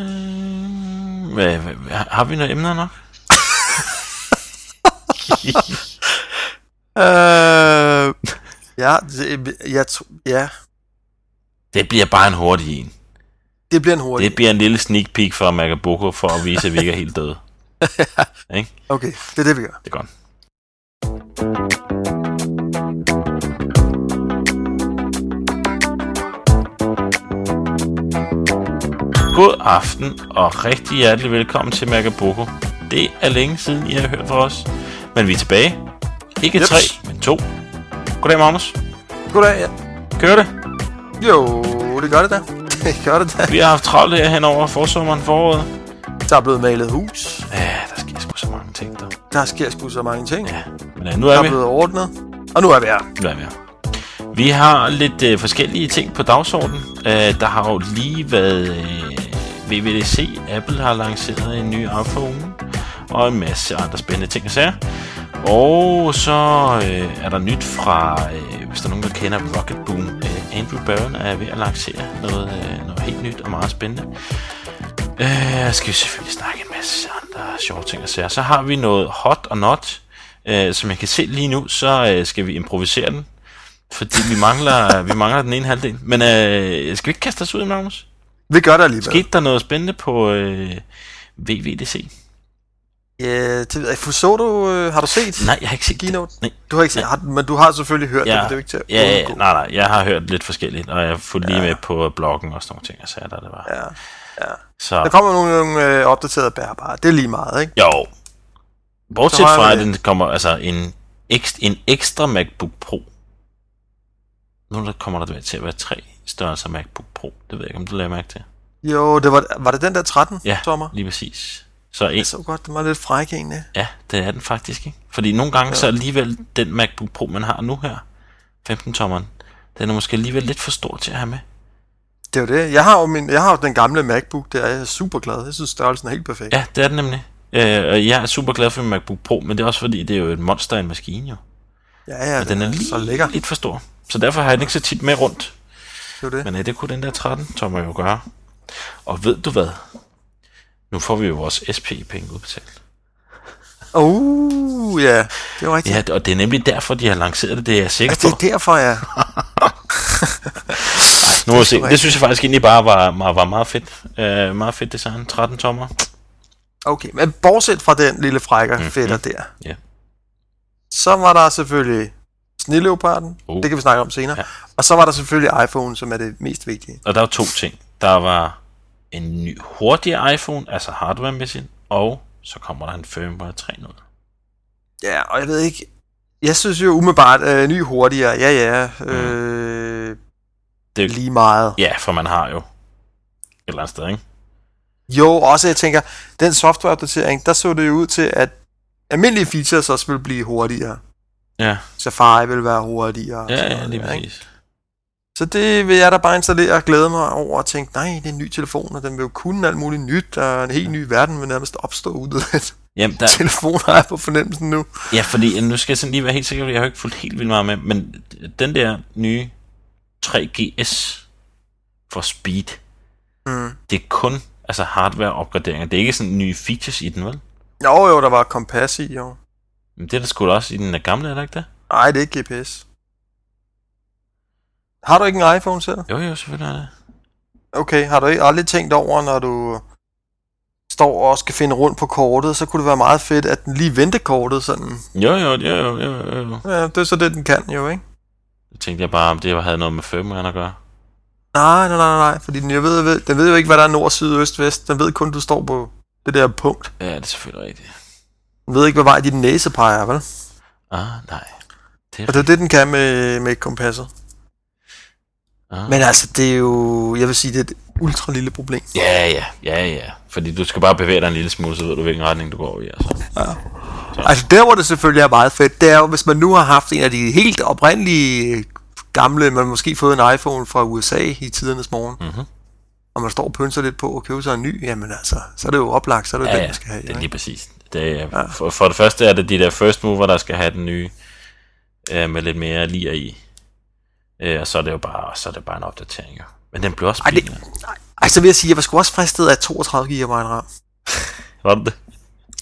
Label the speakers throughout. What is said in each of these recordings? Speaker 1: Øh, hvad, hvad, har vi noget emner nok?
Speaker 2: Øh, ja, det, jeg tror, ja,
Speaker 1: det bliver bare en hurtig en.
Speaker 2: det bliver en hurtig.
Speaker 1: Det bliver en lille sneak peek fra Macabuco for at vise, at vi ikke er helt døde.
Speaker 2: Okay, det er det, vi gør.
Speaker 1: Det er godt. God aften og rigtig hjertelig velkommen til Macabuco. Det er længe siden, I har hørt fra os. Men vi er tilbage. Ikke
Speaker 2: Jeps.
Speaker 1: tre, men to. Goddag, Magnus.
Speaker 2: Goddag, ja.
Speaker 1: Kører det?
Speaker 2: Jo, det gør det da. Det gør det da.
Speaker 1: Vi har haft travlt her hen over forsommeren foråret.
Speaker 2: Der er blevet malet hus.
Speaker 1: Ja, der sker sgu så mange ting, der.
Speaker 2: Der sker sgu så mange ting.
Speaker 1: Ja, men øh, nu
Speaker 2: Der
Speaker 1: er
Speaker 2: er
Speaker 1: vi.
Speaker 2: blevet ordnet. Og nu er vi her.
Speaker 1: Hvad mere? Vi har lidt øh, forskellige ting på dagsordenen. Øh, der har jo lige været øh, VVDC. Apple har lanceret en ny iPhone og en masse andre spændende ting og sager. Og så øh, er der nyt fra, øh, hvis der er nogen, der kender Rocket Boom. Øh, Andrew Barron er ved at lancere noget, øh, noget helt nyt og meget spændende. Øh, skal vi selvfølgelig snakke en masse andre sjove ting og sager. Så har vi noget hot og not. Øh, som jeg kan se lige nu, så øh, skal vi improvisere den. Fordi vi mangler, vi mangler den ene halvdel. Men øh, skal vi ikke kaste os ud i Magnus?
Speaker 2: Vi gør det alligevel.
Speaker 1: Skete der noget spændende på øh, VVDC?
Speaker 2: Ja, det ved jeg. ikke. Så du, øh, har du set
Speaker 1: Nej, jeg har ikke set det.
Speaker 2: keynote?
Speaker 1: Nej.
Speaker 2: Du har ikke set, har, men du har selvfølgelig hørt det,
Speaker 1: Ja,
Speaker 2: men det er jo ikke til at
Speaker 1: ja, ja,
Speaker 2: undgå.
Speaker 1: nej, nej, jeg har hørt lidt forskelligt, og jeg har fulgt lige med på bloggen og sådan nogle ting, jeg sagde, der det var.
Speaker 2: Ja. Der
Speaker 1: Så,
Speaker 2: kommer nogle, nogle øh, opdaterede bærbare. Det er lige meget, ikke?
Speaker 1: jo. Bortset
Speaker 2: Så har
Speaker 1: fra, at
Speaker 2: vi-
Speaker 1: den kommer, altså en, ekstra, en ekstra MacBook Pro. Nu der kommer der til at være tre størrelser MacBook Pro. Det ved jeg ikke, om du lader mærke til.
Speaker 2: Jo, det var, var det den der 13
Speaker 1: Ja,
Speaker 2: sommer?
Speaker 1: lige præcis. Så en,
Speaker 2: Jeg så godt, den var lidt fræk egentlig.
Speaker 1: Ja, det er den faktisk, ikke? Fordi nogle gange ja. så er alligevel den MacBook Pro, man har nu her, 15-tommeren, den er måske alligevel lidt for stor til at have med.
Speaker 2: Det er jo det. Jeg har jo, min, jeg har jo den gamle MacBook der, jeg er super glad. Jeg synes, størrelsen er helt perfekt.
Speaker 1: Ja, det er den nemlig. Øh, og jeg er super glad for min MacBook Pro, men det er også fordi, det er jo et monster af en maskine, jo.
Speaker 2: ja, ja
Speaker 1: Og den er
Speaker 2: så
Speaker 1: lige,
Speaker 2: lækker. Det
Speaker 1: lidt for stor. Så derfor har jeg den ikke så tit med rundt.
Speaker 2: er jo det.
Speaker 1: Men øh, det kunne den der 13-tommer jo gøre. Og ved du hvad? Nu får vi jo vores SP-penge udbetalt.
Speaker 2: Uh, ja. Det var rigtigt. Ja,
Speaker 1: Ja, og det er nemlig derfor, de har lanceret det, det er jeg sikker
Speaker 2: det
Speaker 1: på.
Speaker 2: er derfor, ja.
Speaker 1: Nu må vi se.
Speaker 2: tror jeg
Speaker 1: Det synes jeg faktisk egentlig bare var, var, var meget fedt. Øh, meget fedt design. 13 tommer.
Speaker 2: Okay, men bortset fra den lille frækker mm-hmm. fætter der,
Speaker 1: Mhm. Ja.
Speaker 2: så var der selvfølgelig snilleoparden,
Speaker 1: Uh.
Speaker 2: uh. det kan vi snakke om senere,
Speaker 1: Ja.
Speaker 2: ja. og så var der selvfølgelig iPhone, som er det mest vigtige.
Speaker 1: Og der var to ting. Der var en ny hurtigere iPhone, altså hardware-mæssigt, og så kommer der en firmware 3.0.
Speaker 2: Ja, og jeg ved ikke, jeg synes jo umiddelbart, øh, ny hurtigere, ja ja, øh,
Speaker 1: Mhm. Det-
Speaker 2: det... lige meget.
Speaker 1: Ja, for man har jo et eller andet sted, ikke?
Speaker 2: Jo, også jeg tænker, den softwareopdatering, der så det jo ud til, at almindelige features også ville blive hurtigere.
Speaker 1: Ja,
Speaker 2: Safari vil være hurtigere. og
Speaker 1: ja,
Speaker 2: sådan
Speaker 1: ja
Speaker 2: noget
Speaker 1: lige
Speaker 2: der, ikke?
Speaker 1: præcis.
Speaker 2: Så det vil jeg da bare installere og glæde mig over og tænke, nej, det er en ny telefon, og den vil jo kunne alt muligt nyt, og en helt ny verden vil nærmest opstå ud af det.
Speaker 1: Jamen,
Speaker 2: Ja.
Speaker 1: der,
Speaker 2: Telefoner er på fornemmelsen nu.
Speaker 1: ja, fordi nu skal jeg sådan lige være helt sikker, fordi jeg har jo ikke fulgt helt vildt meget med, men den der nye 3GS for Speed,
Speaker 2: Mm.
Speaker 1: det er kun altså hardware-opgraderinger. Det er ikke sådan nye features i den, vel?
Speaker 2: Jo, jo, der var kompas i, jo.
Speaker 1: Men det er der sgu da også i den øh, gamle, er der ikke det?
Speaker 2: Nej, det er ikke GPS. Har du ikke en iPhone selv?
Speaker 1: Jo, jo, selvfølgelig er det.
Speaker 2: Okay, har du ikke aldrig tænkt over, når du står og skal finde rundt på kortet, så kunne det være meget fedt, at den lige vendte kortet sådan.
Speaker 1: Jo, jo, jo, jo, jo, jo.
Speaker 2: Ja, det er så det, den kan jo, ikke?
Speaker 1: Jeg tænkte jeg bare, om det havde noget med firmware at gøre.
Speaker 2: Nej, nej, nej, nej, fordi den, jeg ved, ved, den ved jo ikke, hvad der er nord, syd, øst, vest. Den ved kun, du står på det der punkt.
Speaker 1: Ja, det er selvfølgelig rigtigt.
Speaker 2: Den ved ikke, hvad vej din næse peger, vel?
Speaker 1: Ah, nej. Det
Speaker 2: Og
Speaker 1: er,
Speaker 2: det er det, den kan med, med kompasset.
Speaker 1: ah.
Speaker 2: Men altså, det er jo, jeg vil sige, det er et ultra lille problem.
Speaker 1: Ja, ja, ja, ja. Fordi du skal bare bevæge dig en lille smule, så ved du, hvilken retning du går i. Altså.
Speaker 2: Altså, der hvor det selvfølgelig er meget fedt, det er jo, hvis man nu har haft en af de helt oprindelige gamle, man har måske fået en iPhone fra USA i tidernes morgen,
Speaker 1: Mhm.
Speaker 2: og man står og pynser lidt på og køber sig en ny, jamen altså, så er det jo oplagt, så er det ja,
Speaker 1: Ja,
Speaker 2: den,
Speaker 1: ja,
Speaker 2: man skal have.
Speaker 1: det er
Speaker 2: ikke?
Speaker 1: lige præcis. Det er, for, for det første er det de der first mover, der skal have den nye øh, med lidt mere lir i. Øh, og så er det jo bare, så er det bare en opdatering. Jo. Men den blev også
Speaker 2: Ej, det,
Speaker 1: billigere.
Speaker 2: nej, Ej, så vil jeg sige, jeg var sgu også fristet af 32 GB RAM.
Speaker 1: Var det det?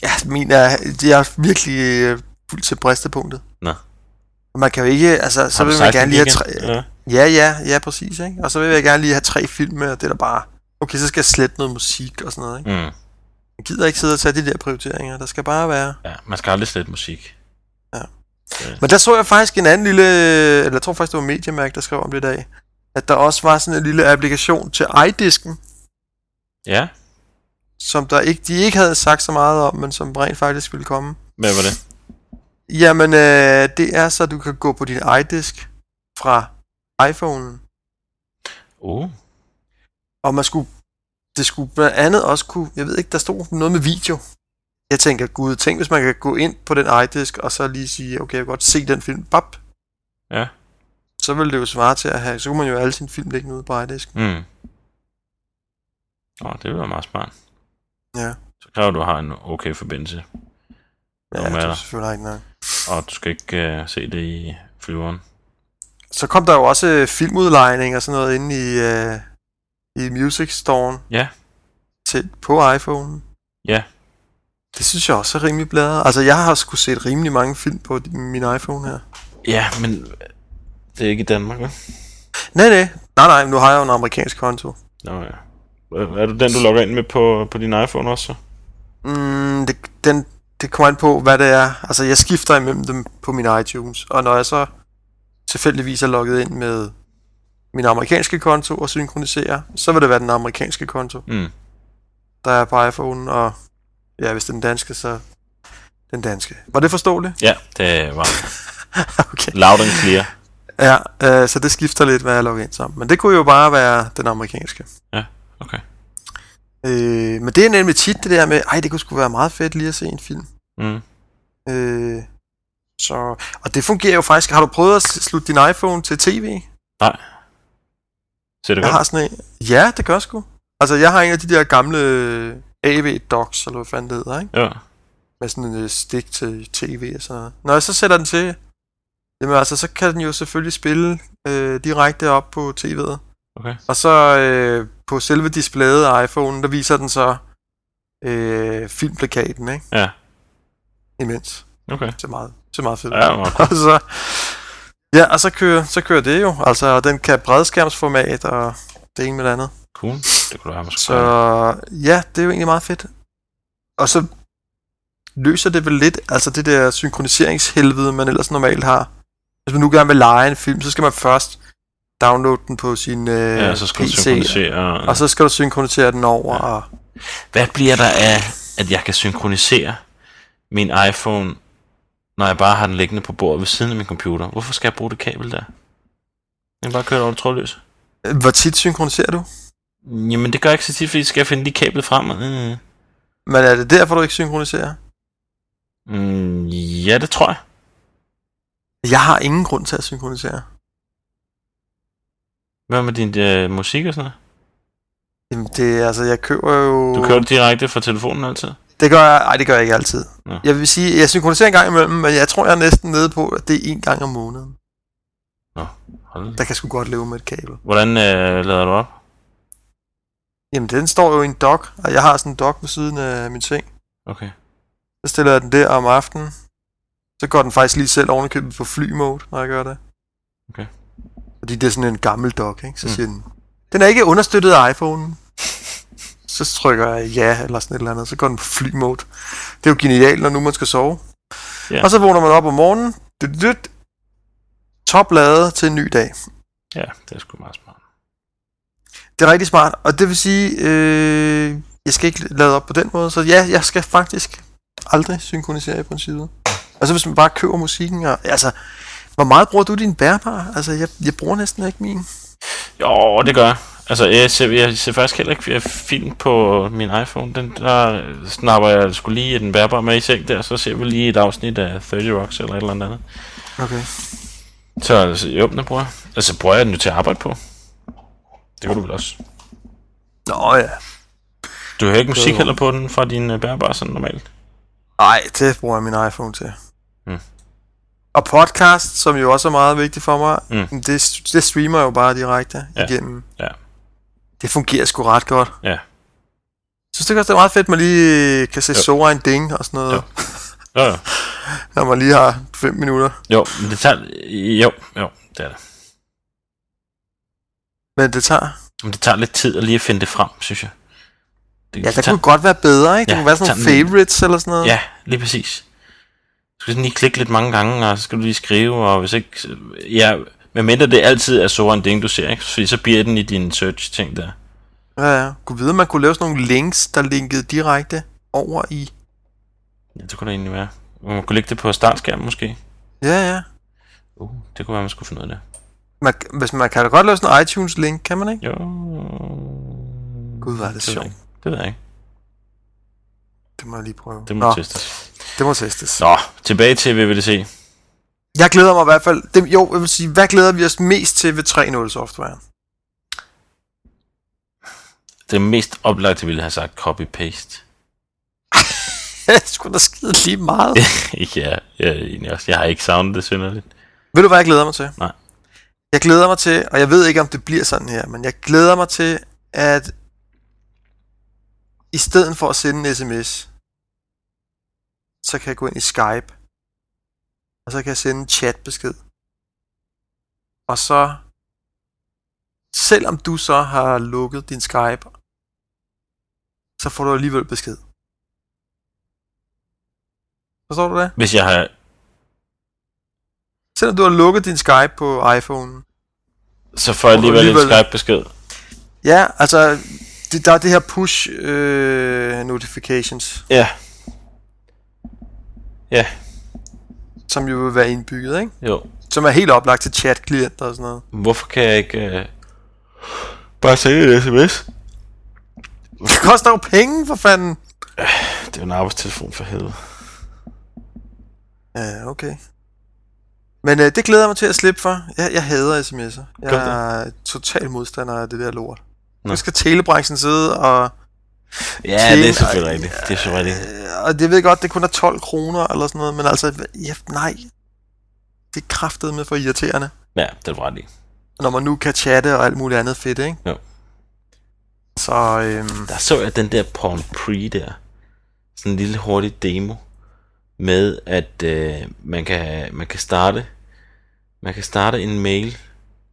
Speaker 2: Ja, min er, jeg er virkelig øh, fuldt til bristepunktet.
Speaker 1: Nå.
Speaker 2: Og Man kan jo ikke, altså, så
Speaker 1: Har du
Speaker 2: vil man
Speaker 1: sagt
Speaker 2: gerne
Speaker 1: det
Speaker 2: lige have
Speaker 1: igen?
Speaker 2: tre...
Speaker 1: Ja.
Speaker 2: Ja, ja, ja, præcis, ikke? Og så vil jeg gerne lige have tre film med, og det er da bare... Okay, så skal jeg slette noget musik og sådan noget, ikke?
Speaker 1: Mm.
Speaker 2: Man gider ikke sidde og tage de der prioriteringer, der skal bare være...
Speaker 1: ja. man skal aldrig slette musik.
Speaker 2: Men der så jeg faktisk en anden lille, eller jeg tror faktisk, det var Mediamark, der skrev om det i dag, at der også var sådan en lille applikation til iDisken,
Speaker 1: Ja,
Speaker 2: som der ikke, de ikke havde sagt så meget om, men som rent faktisk ville komme.
Speaker 1: hvad var det?
Speaker 2: Jamen, øh, det er så, at du kan gå på din iDisk fra iPhone'en,
Speaker 1: Uh,
Speaker 2: og man skulle, det skulle blandt andet også kunne, jeg ved ikke, der stod noget med video. Jeg tænker, gud, tænk hvis man kan gå ind på den iDisk, og så lige sige, okay, jeg vil godt se den film, bap.
Speaker 1: Ja.
Speaker 2: Så ville det jo svare til at have, så kunne man jo have alle sine film liggende ude på iDisk.
Speaker 1: mm. Åh, det ville være meget smart.
Speaker 2: Ja.
Speaker 1: Så kræver du har en okay forbindelse,
Speaker 2: Ja,
Speaker 1: Nå, men
Speaker 2: det er
Speaker 1: altså.
Speaker 2: selvfølgelig ikke nok.
Speaker 1: og du skal ikke uh, se det i flyveren.
Speaker 2: Så kom der jo også øh, filmudlejning og sådan noget inde i, øh, i Music Store.
Speaker 1: Ja.
Speaker 2: Til, på iPhone.
Speaker 1: Ja.
Speaker 2: Det synes jeg også er rimelig bladret. Altså, jeg har sgu set rimelig mange film på din- min iPhone her.
Speaker 1: Ja, men øh, det er ikke i Danmark, hva'?
Speaker 2: Nej, nej. Nej, nej, men nu har jeg jo en amerikansk konto.
Speaker 1: Nå ja. Er- Er det den, du logger ind med på, på din iPhone også? så?
Speaker 2: Mm, det, den, det kommer an på, hvad det er. Altså, jeg skifter imellem dem på min iTunes. Og når jeg så tilfældigvis er logget ind med min amerikanske konto og synkroniserer, så vil det være den amerikanske konto.
Speaker 1: Mm.
Speaker 2: der er på iPhone, og ja, hvis det er den danske, så den danske. Var det forståeligt?
Speaker 1: Ja, det var
Speaker 2: okay.
Speaker 1: loud and clear.
Speaker 2: Ja, øh, så det skifter lidt, hvad jeg logger ind sammen. Men det kunne jo bare være den amerikanske.
Speaker 1: Ja, okay.
Speaker 2: Øh, men det er nemlig tit det der med, ej, det kunne sgu være meget fedt lige at se en film.
Speaker 1: Mm.
Speaker 2: Øh, så, og det fungerer jo faktisk. Har du prøvet at s- slutte din iPhone til tv?
Speaker 1: Nej. Ser det
Speaker 2: Jeg
Speaker 1: godt?
Speaker 2: har sådan en... Ja, det gør sgu. Altså, jeg har en af de der gamle AV-docs, eller hvad fanden det hedder, ikke?
Speaker 1: Ja.
Speaker 2: med sådan en øh, stik til tv og sådan noget. Når jeg så sætter den til, jamen altså, så kan den jo selvfølgelig spille øh, direkte op på tv'et.
Speaker 1: Okay.
Speaker 2: Og så øh, på selve displayet af iPhone, der viser den så øh, filmplakaten, ikke?
Speaker 1: Ja.
Speaker 2: Imens.
Speaker 1: Okay.
Speaker 2: Det er meget, det er meget fedt.
Speaker 1: Ja, meget
Speaker 2: og så, ja, og så kører, så kører det jo. Altså, og den kan bredskærmsformat og det ene med det andet.
Speaker 1: cool. Det kunne du have måske.
Speaker 2: Så øh, ja, det er jo egentlig meget fedt. Og så løser det vel lidt, altså det der synkroniseringshelvede, man ellers normalt har. Hvis man nu gerne vil lege en film, så skal man først downloade den på sin øh,
Speaker 1: Ja, så skal du
Speaker 2: PC,
Speaker 1: synkronisere.
Speaker 2: og så skal du synkronisere den over. Ja. Og,
Speaker 1: Hvad bliver der af, at jeg kan synkronisere min iPhone, når jeg bare har den liggende på bordet ved siden af min computer? Hvorfor skal jeg bruge det kabel der? Jeg kan bare køre det over det trådløse.
Speaker 2: Øh, hvor tit synkroniserer du?
Speaker 1: Jamen, det gør jeg ikke så tit, fordi skal jeg finde lige kablet frem? og, Øh.
Speaker 2: Men er det derfor, du ikke synkroniserer?
Speaker 1: Mm, ja, det tror jeg.
Speaker 2: Jeg har ingen grund til at synkronisere.
Speaker 1: Hvad med din øh, musik og sådan noget?
Speaker 2: Jamen, det, er- altså, jeg køber jo...
Speaker 1: Du kører det direkte fra telefonen altid?
Speaker 2: Det gør jeg, ej, det gør jeg ikke altid.
Speaker 1: Nå.
Speaker 2: Jeg vil sige, jeg synkroniserer en gang imellem, men jeg tror, jeg er næsten nede på, at det er en gang om måneden.
Speaker 1: Hold. da.
Speaker 2: Der kan sgu godt leve med et kabel.
Speaker 1: Hvordan øh, lader du op?
Speaker 2: Jamen, den står jo i en dok, og jeg har sådan en dok ved siden af min seng.
Speaker 1: Okay.
Speaker 2: Så stiller jeg den der om aftenen. Så går den faktisk lige selv ovenikøbet på flymode, når jeg gør det.
Speaker 1: Okay.
Speaker 2: Fordi det er sådan en gammel dok, ikke? Så
Speaker 1: Mm.
Speaker 2: siger den, den er ikke understøttet af iPhone. Så trykker jeg ja, eller sådan et eller andet. Så går den på flymode. Det er jo genialt, når nu man skal sove.
Speaker 1: Ja.
Speaker 2: Og så vågner man op om morgenen. Dyt, dyt. Topladet til en ny dag.
Speaker 1: Ja, det er sgu meget smart.
Speaker 2: Det er rigtig smart, og det vil sige, øh, jeg skal ikke lade op på den måde, så ja, jeg skal faktisk aldrig synkronisere i princippet. Altså hvis man bare køber musikken, og, altså, hvor meget bruger du din bærbare? Altså, jeg, jeg bruger næsten ikke min.
Speaker 1: Jo, det gør jeg. Altså, jeg ser, jeg ser faktisk heller ikke film på min iPhone. Den der øh, snapper jeg skulle lige den bærbare med i seng der, så ser vi lige et afsnit af 30 Rocks eller et eller andet andet.
Speaker 2: Okay.
Speaker 1: Så altså, jo, den bruger jeg. Altså, bruger jeg den jo til at arbejde på. Det kunne du vel også.
Speaker 2: Nå ja.
Speaker 1: Du hører ikke musik
Speaker 2: jo.
Speaker 1: heller på den fra din øh, bærbare sådan normalt.
Speaker 2: Nej, det bruger jeg min iPhone til.
Speaker 1: Mm.
Speaker 2: Og podcast, som jo også er meget vigtigt for mig,
Speaker 1: Mm.
Speaker 2: det, det streamer jeg jo bare direkte
Speaker 1: Ja.
Speaker 2: igennem.
Speaker 1: Ja.
Speaker 2: Det fungerer sgu ret godt.
Speaker 1: Ja.
Speaker 2: Jeg synes det også, det er meget fedt, at man lige øh, kan se
Speaker 1: Jo.
Speaker 2: Sora en ding og sådan noget,
Speaker 1: Jo. Jo, jo.
Speaker 2: når man lige har 5 minutter.
Speaker 1: jo, men det tager... Jo, jo, det er det.
Speaker 2: Men det tager...
Speaker 1: Men det tager lidt tid at lige at finde det frem, synes jeg. Det,
Speaker 2: Ja, der
Speaker 1: det tager,
Speaker 2: kunne godt være bedre, ikke? Der
Speaker 1: Ja,
Speaker 2: kunne være sådan
Speaker 1: tag
Speaker 2: nogle
Speaker 1: den-
Speaker 2: favorites eller sådan noget.
Speaker 1: Ja, lige præcis. Du skal sådan lige klikke lidt mange gange, og så skal du lige skrive, og hvis ikke... Ja, medmindre det altid er Sora en ding, du ser, ikke? Fordi så bliver den i din search-ting der.
Speaker 2: Ja, ja. Kunne vide, man kunne lave sådan nogle links, der linkede direkte over i...
Speaker 1: Ja, det kunne det egentlig være. Man kunne lægge det på startskærmen måske.
Speaker 2: Ja, ja.
Speaker 1: Uh, det kunne være, man skulle finde ud af det.
Speaker 2: Man, hvis man kan da godt lave sådan en iTunes-link, kan man ikke?
Speaker 1: Jo...
Speaker 2: Gud, hvor er
Speaker 1: ved
Speaker 2: det
Speaker 1: jeg
Speaker 2: sjovt.
Speaker 1: ikke. Det ved jeg ikke.
Speaker 2: Det må jeg lige prøve.
Speaker 1: Det må
Speaker 2: Nå,
Speaker 1: testes.
Speaker 2: det må testes.
Speaker 1: Nå, tilbage til VVDC.
Speaker 2: Jeg glæder mig i hvert fald... Det, jo, jeg vil sige, hvad glæder vi os mest til ved 3.0-softwaren?
Speaker 1: Det mest oplagte ville jeg have sagt copy-paste.
Speaker 2: Ja, det skulle da skide lige meget.
Speaker 1: ja, jeg, er egentlig også. jeg har ikke savnet det synderligt.
Speaker 2: Ved du, hvad jeg glæder mig til?
Speaker 1: Nej.
Speaker 2: Jeg glæder mig til, og jeg ved ikke, om det bliver sådan her, men jeg glæder mig til, at i stedet for at sende en sms, så kan jeg gå ind i Skype, og så kan jeg sende en chatbesked. Og så, selvom du så har lukket din Skype, så får du alligevel besked. Forstår du det?
Speaker 1: Hvis jeg har...
Speaker 2: Selvom du har lukket din Skype på iPhone.
Speaker 1: Så får jeg
Speaker 2: Får du
Speaker 1: alligevel en
Speaker 2: alligevel-
Speaker 1: Skype-besked.
Speaker 2: Ja, altså, det, der er det her push øh, notifications,
Speaker 1: Ja. Ja,
Speaker 2: som jo vil være indbygget, ikke?
Speaker 1: jo.
Speaker 2: Som er helt oplagt til chat-klienter og sådan noget.
Speaker 1: Hvorfor kan jeg ikke... Øh... Bare sende en sms?
Speaker 2: Det koster jo penge, for fanden!
Speaker 1: Det er jo en arbejdstelefon for helvede.
Speaker 2: Ja, okay. Men øh, det glæder jeg mig til at slippe for. Jeg, jeg hader sms'er.
Speaker 1: Gør
Speaker 2: Jeg
Speaker 1: du
Speaker 2: er total modstander af det der lort.
Speaker 1: Nå.
Speaker 2: Nu skal telebranchen sidde og...
Speaker 1: Ja,
Speaker 2: Til-
Speaker 1: det er selvfølgelig rigtigt. Det er selvfølgelig rigtigt.
Speaker 2: Øh, og det ved jeg godt, det kun er 12 kroner eller sådan noget, men altså, ja, nej. Det er kraftet med for irriterende.
Speaker 1: Ja, det er du ret i.
Speaker 2: når man nu kan chatte og alt muligt andet fedt, ikke?
Speaker 1: Jo.
Speaker 2: Så øhm,
Speaker 1: Der så jeg den der Palm Pre der. Sådan en lille hurtig demo. Med at øh, man, kan, man kan starte man kan starte en mail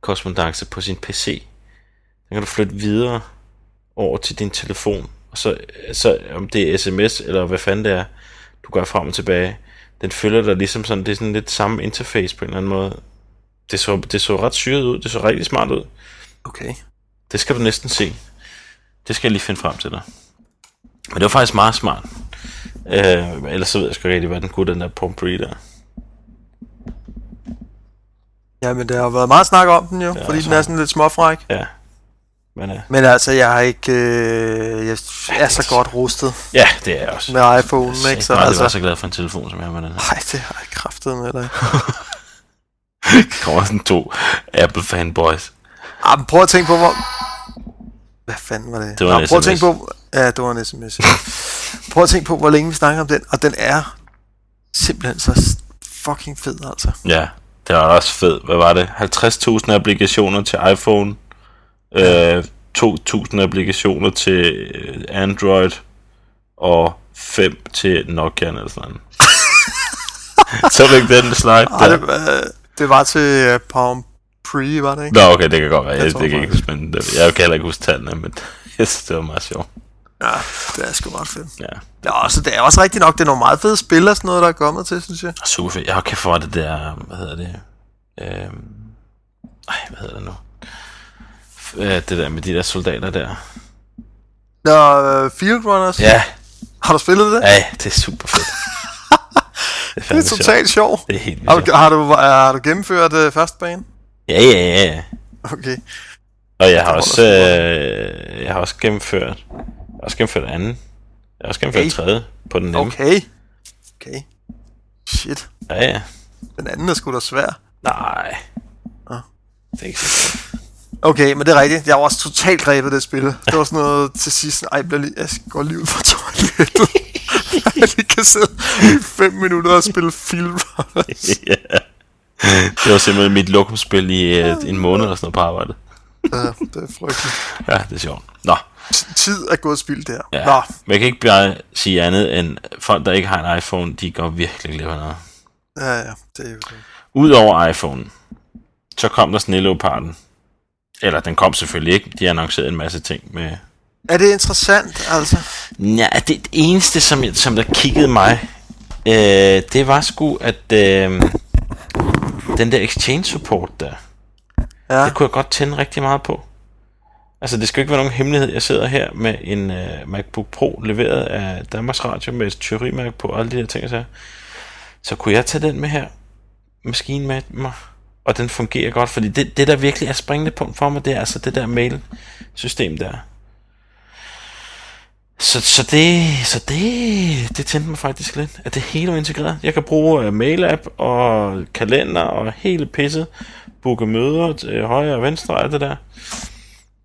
Speaker 1: korrespondance på sin PC. Den kan du flytte videre over til din telefon. Og så, så om det er sms eller hvad fanden det er, du går frem og tilbage. Den følger dig ligesom sådan, det er sådan lidt samme interface på en eller anden måde. Det så, det så ret syret ud, det så rigtig smart ud.
Speaker 2: okay.
Speaker 1: Det skal du næsten se. Det skal jeg lige finde frem til dig. Men det var faktisk meget smart. Øh, ellers så ved jeg sgu ikke rigtig, hvad den kunne, den der Pomp der.
Speaker 2: Jamen, der har været meget snak om den jo, ja, fordi
Speaker 1: altså.
Speaker 2: den er sådan lidt småfræk.
Speaker 1: Ja. Men øh,
Speaker 2: Men altså, jeg har ikke... Øh, jeg er så godt rustet
Speaker 1: ja, det er jeg også.
Speaker 2: med iPhone, ikke?
Speaker 1: Så,
Speaker 2: Så
Speaker 1: jeg altså... var
Speaker 2: altså...
Speaker 1: så glad for en telefon, som jeg har øh, med den her.
Speaker 2: Nej, det har jeg kraftet med dig.
Speaker 1: Der kommer sådan to Apple fanboys.
Speaker 2: Ah, men prøv at tænke på, hvor... Hvad fanden var det?
Speaker 1: Det var en
Speaker 2: Nå, prøv at
Speaker 1: SMS.
Speaker 2: tænke på... Ja, det var en sms. ja. prøv at tænke på, hvor længe vi snakker om den, og den er simpelthen så fucking fed, altså.
Speaker 1: Ja, det var også fedt. Hvad var det? 50.000 applikationer til iPhone. Øh, 2.000 applikationer til øh, Android. Og 5 til Nokia eller sådan noget. Så er det ikke den slide
Speaker 2: Ej,
Speaker 1: der.
Speaker 2: det, var- det var til uh, Palm Pre, var det ikke?
Speaker 1: Nå, okay, det kan godt være. Jeg,
Speaker 2: Jeg
Speaker 1: jeg
Speaker 2: tror
Speaker 1: det kan jeg ikke
Speaker 2: faktisk.
Speaker 1: huske, men det- jeg kan heller ikke huske tallene, men jeg synes, det var meget sjovt.
Speaker 2: Ja, det er sgu ret fedt.
Speaker 1: Ja.
Speaker 2: Ja, så det er også rigtigt nok, det er nogle meget fede spil og sådan noget, der er kommet til, synes jeg.
Speaker 1: Og super fedt. Jeg har kæft for det der, hvad hedder det? Øhm, ej, hvad hedder det nu? F- øh, det der med de der soldater der.
Speaker 2: Nå, øh, Field Runners, ja.
Speaker 1: Ja,
Speaker 2: har du spillet det?
Speaker 1: Ja, det er super fedt. det er fandme
Speaker 2: det er
Speaker 1: sjovt.
Speaker 2: totalt sjovt.
Speaker 1: Det er helt vildt.
Speaker 2: Har,
Speaker 1: sjovt.
Speaker 2: du- har, du, har du gennemført øh, første bane?
Speaker 1: Ja, ja, ja, ja.
Speaker 2: Okay.
Speaker 1: Og jeg har
Speaker 2: Det
Speaker 1: også,
Speaker 2: holder
Speaker 1: øh, jeg har også gennemført, jeg har også gennemført anden. Jeg har også gennemført
Speaker 2: Okay.
Speaker 1: tredje på den nemme.
Speaker 2: Okay. Okay. Shit.
Speaker 1: Ja, ja.
Speaker 2: Den anden er sgu da svær.
Speaker 1: Nej.
Speaker 2: Nå.
Speaker 1: Ah. Det er ikke så godt.
Speaker 2: Okay, men det er rigtigt. Jeg var også totalt grebet af det spil. Det var sådan noget til sidst. sådan, Ej, jeg, bliver lige, jeg skal gå lige ud fra toilettet. jeg lige kan sidde i fem minutter og spille Field Runners.
Speaker 1: Ah. ja. Det var simpelthen mit lokumspil i øh, en måned eller sådan noget på arbejde.
Speaker 2: Ja, det er frygteligt.
Speaker 1: Ja, det er sjovt. Nå,
Speaker 2: T- Tid er gået spildt der.
Speaker 1: Ja.
Speaker 2: Ja. Nå,
Speaker 1: men jeg kan ikke bare sige andet end, folk, der ikke har en iPhone, de går virkelig glip af noget.
Speaker 2: ja, ja, det er jo det.
Speaker 1: Udover iPhone, så kom der Sneleoparden. Eller den kom selvfølgelig ikke. De annoncerede en masse ting med...
Speaker 2: Er det interessant, altså?
Speaker 1: Ja, det eneste, som, jeg- som der kiggede mig, øh, det var sgu, at øh, den der exchange support der,
Speaker 2: Ja,
Speaker 1: det kunne jeg godt tænde rigtig meget på. Altså, det skal jo ikke være nogen hemmelighed. Jeg sidder her med en øh, MacBook Pro, leveret af Danmarks Radio med et teorimærke på, og alle de der ting, og sager. så kunne jeg tage den med her, maskinen med mig, og den fungerer godt, fordi det, det der virkelig er springende punkt for mig, det er altså det der mail-system der. Så, så, det, så det, det tændte mig faktisk lidt, at det hele er integreret. Jeg kan bruge uh, mail-app og kalender og hele pisset, booke møder til højre og venstre og alt det der.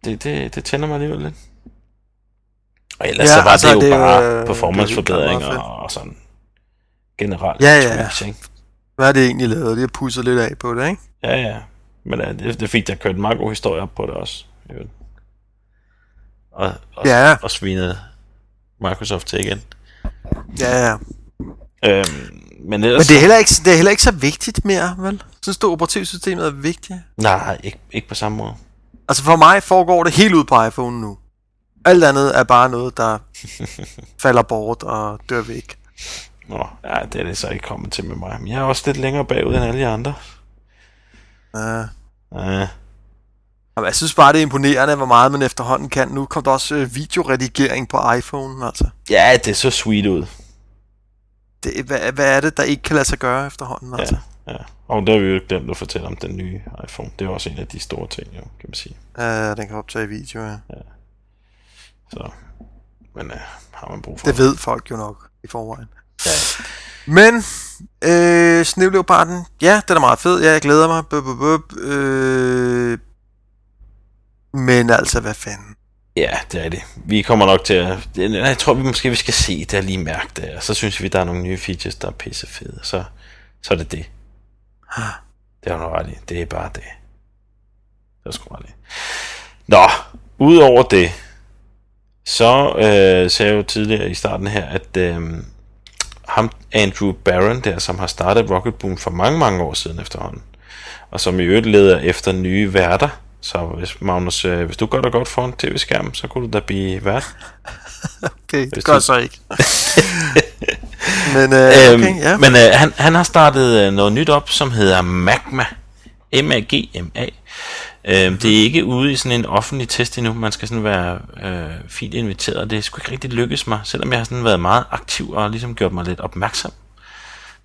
Speaker 1: Det, det, det tænder mig alligevel lidt. Og ellers ja,
Speaker 2: Ja,
Speaker 1: så var altså,
Speaker 2: altså,
Speaker 1: det jo
Speaker 2: det
Speaker 1: det,
Speaker 2: er jo, øh,
Speaker 1: bare
Speaker 2: det er
Speaker 1: performanceforbedringer
Speaker 2: helt klart meget
Speaker 1: og, og sådan generelt
Speaker 2: Ja, ja.
Speaker 1: tweaks, ikke?
Speaker 2: hvad er det egentlig lavet? De har pusset lidt af på det, ikke?
Speaker 1: Ja, ja. Men ja, det, det fik der kørt en meget god historie op på det også. i øvrigt. Og, og,
Speaker 2: Ja.
Speaker 1: og svinede Microsoft til igen.
Speaker 2: Ja, ja.
Speaker 1: Øhm, men ellers...
Speaker 2: Men det er heller ikke, det er heller ikke så vigtigt mere, vel? Synes du, operativsystemet er vigtigt?
Speaker 1: Nej, ikke, ikke på samme måde.
Speaker 2: Altså for mig foregår det helt ud på iPhone nu. Alt andet er bare noget, der falder bort og dør væk.
Speaker 1: Nå, ja, det er det så ikke kommet til med mig. Men jeg er også lidt længere bagud end alle de andre. Øh,
Speaker 2: Uh,
Speaker 1: Ja,
Speaker 2: jeg synes bare, det er imponerende, hvor meget man efterhånden kan. Nu kom der også øh, videoredigering på iPhone, altså.
Speaker 1: ja det så sweet ud.
Speaker 2: Det, hvad, hvad er det, der ikke kan lade sig gøre efterhånden, altså?
Speaker 1: Ja. Og der har vi jo ikke glemt at fortælle om den nye iPhone. Det er jo også en af de store ting, jo, kan man sige.
Speaker 2: Ja. Uh, den kan optage video, ja.
Speaker 1: Så, men uh, har man brug for
Speaker 2: Det ved folk jo nok i forvejen.
Speaker 1: Ja.
Speaker 2: Men, øh, Snevleoparden, ja, den er meget fed, ja, jeg glæder mig, bup, bup, bup. Øh, men altså, hvad fanden?
Speaker 1: Ja, det er det. Vi kommer nok til at... det- nej, Jeg tror, vi måske vi skal se det og lige mærke det. Og så synes vi, der er nogle nye features, der er pisse fede. Så, så er det det. Det har du ret i. Det er bare det. Det er sgu ret i. Nå, udover det, så øh, sagde jeg jo tidligere i starten her, at øh, ham, Andrew Barron der, som har startet Rocket Boom for mange, mange år siden efterhånden, og som i øvrigt leder efter nye værter. Så hvis, Magnus, øh, hvis du gør dig godt foran tv-skærmen, så kunne du da blive vært.
Speaker 2: Okay,
Speaker 1: Hvis
Speaker 2: det gør
Speaker 1: du-
Speaker 2: jeg så ikke. men, øh, okay, ja.
Speaker 1: Men øh, han, han har startet øh, noget nyt op, som hedder Magma. M-A-G-M-A. Øh, det er ikke ude i sådan en offentlig test endnu. Man skal sådan være øh, fint inviteret, og det skulle ikke rigtig lykkes mig, selvom jeg har sådan været meget aktiv og ligesom gjort mig lidt opmærksom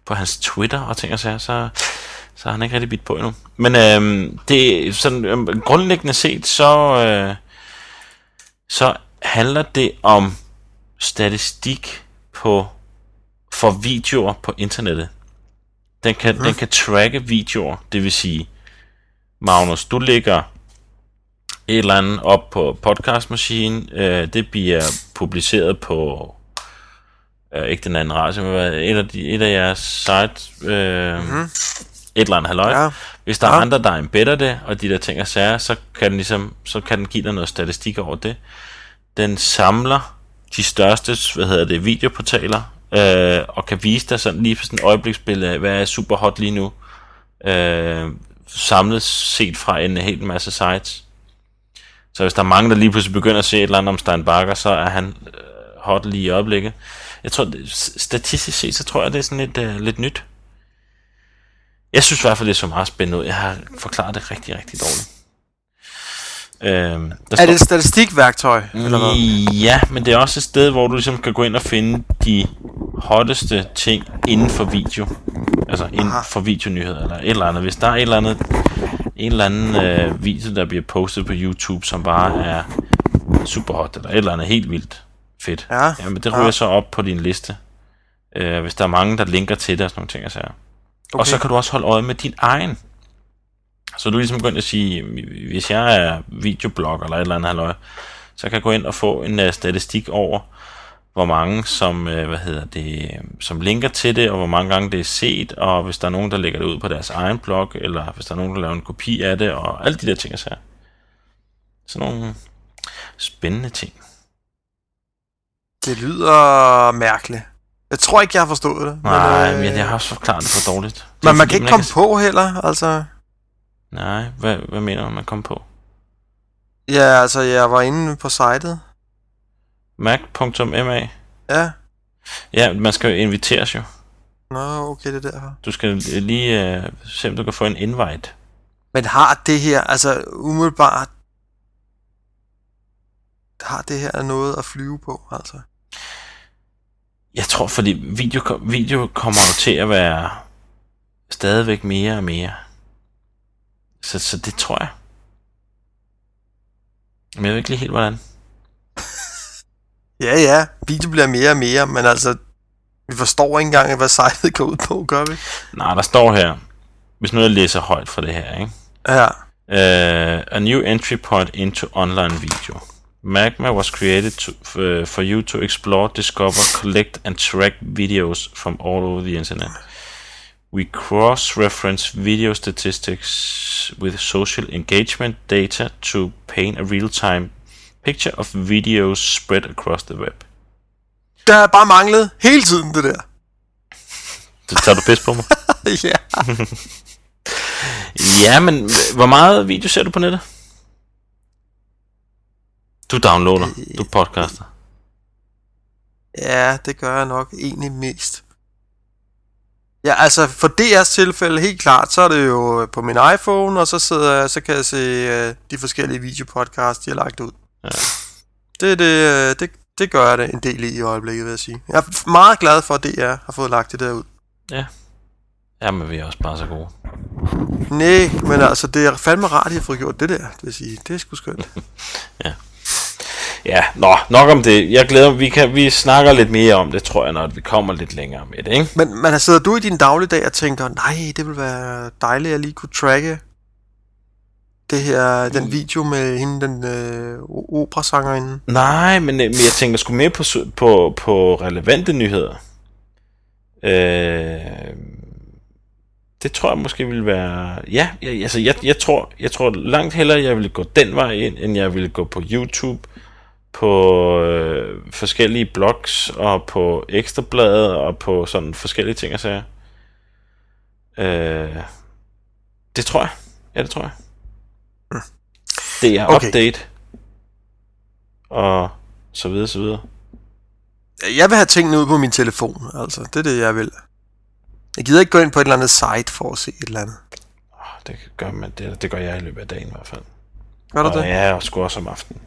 Speaker 1: på hans Twitter og ting og sager, så, så har han ikke rigtig bidt på endnu. Men øh, det er sådan, øh, grundlæggende set, så, øh, så handler det om statistik på for videoer på internettet. Den kan, den kan tracke videoer, det vil sige, Magnus, du lægger et eller andet op på podcastmaskinen, øh, det bliver publiceret på, øh, ikke den anden radio, men hvad- et af, de, et af jeres site, øh, mm-hmm. et eller andet halløj.
Speaker 2: Mhm. Ja.
Speaker 1: Hvis der er
Speaker 2: Ja.
Speaker 1: andre, der embedder det, og de der ting og sager, så kan den, ligesom, så kan den give dig noget statistik over det den samler de største hvad hedder det, videoportaler, øh, og kan vise dig sådan lige på sådan et øjebliksbillede af, hvad er super hot lige nu, øh, samlet set fra en hel masse sites. Så hvis der er mange, der lige pludselig begynder at se et eller andet om Stein Barker, så er han øh, hot lige i øjeblikket. Jeg tror, det, s- statistisk set, så tror jeg, det er sådan lidt, øh, lidt nyt. Jeg synes i hvert fald, det er så meget spændende ud. Jeg har forklaret det rigtig, rigtig dårligt. Øhm, der
Speaker 2: Er det et statistikværktøj,
Speaker 1: Mm.
Speaker 2: eller hvad?
Speaker 1: Ja, men det er også et sted, hvor du ligesom kan gå ind og finde de hotteste ting inden for video. Altså inden for videonyheder eller et eller andet. Hvis der er et eller andet, en eller anden øh, video, der bliver postet på YouTube, som bare er super hot, eller et eller andet helt vildt fedt.
Speaker 2: Ja, Ah,
Speaker 1: Jamen, det ryger
Speaker 2: ja.
Speaker 1: så op på din liste. Øh, hvis der er mange, der linker til det og sådan nogle ting. Altså. Okay. Og
Speaker 2: Okay.
Speaker 1: så kan du også holde øje med din egen. Så du er ligesom begyndt at sige, hvis jeg er videoblogger eller et eller andet halløj, så kan jeg gå ind og få en uh, statistik over, hvor mange som, uh, hvad hedder det, øh, som linker til det, og hvor mange gange det er set, og hvis der er nogen, der lægger det ud på deres egen blog, eller hvis der er nogen, der laver en kopi af det, og alle de der ting og sager. Sådan nogle spændende ting.
Speaker 2: Det lyder mærkeligt. Jeg tror ikke, jeg har forstået det.
Speaker 1: Nej, men, øh, men jeg har også forklaret det for dårligt. Det er
Speaker 2: Men man
Speaker 1: fordi,
Speaker 2: kan ikke komme
Speaker 1: s-
Speaker 2: på heller, altså...
Speaker 1: Nej, hvad, hvad mener du, man kom på?
Speaker 2: Ja, altså, jeg var inde på sitet.
Speaker 1: Mac.ma
Speaker 2: Ja.
Speaker 1: Ja, man skal jo inviteres jo.
Speaker 2: Nå, okay, det er derfor.
Speaker 1: Du skal lige øh, se, om du kan få en invite.
Speaker 2: Men har det her, altså umiddelbart... Har det her noget at flyve på, altså?
Speaker 1: Jeg tror, fordi video, ko- video kommer jo til at være stadigvæk mere og mere. Så, så det tror jeg. Men jeg ved ikke lige helt, hvordan.
Speaker 2: Ja, ja. Video bliver mere og mere, men altså... Vi forstår ikke engang, hvad sitet går ud på, gør vi?
Speaker 1: Nej, der står her. Hvis nu jeg læser højt fra det her, ikke?
Speaker 2: Ja.
Speaker 1: Uh, a new entry point into online video. Magma was created to, f- for you to explore, discover, collect, and track videos from all over the internet. We cross reference video statistics with social engagement data to paint a real time picture of videos spread across the web.
Speaker 2: Der har bare manglet hele tiden det der.
Speaker 1: Det tager du pis på mig.
Speaker 2: ja.
Speaker 1: ja, men h- hvor meget video ser du på nettet? Du downloader, du podcaster.
Speaker 2: Ja, det gør jeg nok egentlig mest. Ja, altså for DR's tilfælde helt klart, så er det jo på min iPhone, og så sidder jeg, så kan jeg se øh, de forskellige videopodcasts, de har lagt ud.
Speaker 1: Ja.
Speaker 2: Det, er det, øh, det, det gør jeg det en del i i øjeblikket, vil jeg sige. Jeg er f- meget glad for, at DR har fået lagt det der ud.
Speaker 1: Jamen, vi er også bare så gode.
Speaker 2: Nej, men altså, det er fandme rart, at jeg har fået gjort det der, vil jeg sige. Det er sgu skønt.
Speaker 1: Ja, nå, nok om det. Jeg glæder mig. Vi, kan, vi snakker lidt mere om det, tror jeg, når vi kommer lidt længere med det, ikke?
Speaker 2: Men, men sidder du i din dagligdag og tænker, nej, det vil være dejligt, at lige kunne tracke det her,
Speaker 1: Mm.
Speaker 2: den video med hende, den øh, o- operasangerinde.
Speaker 1: Nej, men, øh, men jeg tænker sgu mere på, sø- på, på relevante nyheder. Øh, det tror jeg måske ville være... Ja, jeg, altså jeg, jeg, tror, jeg tror langt hellere, jeg ville gå den vej ind, end jeg ville gå på YouTube, på øh, forskellige blogs, og på ekstrabladet, og på sådan forskellige ting og sager. Øh, det tror jeg. Ja, det tror jeg. Det er
Speaker 2: Okay.
Speaker 1: okay. update og så videre, så videre.
Speaker 2: Jeg vil have tingene ud på min telefon, altså. Det er det, jeg vil. Jeg gider ikke gå ind på et eller andet site for at se et eller andet.
Speaker 1: Åh, Det gør, man, det, det gør jeg i løbet af dagen i hvert fald.
Speaker 2: Gør du
Speaker 1: og
Speaker 2: det?
Speaker 1: ja, og sgu også om aftenen.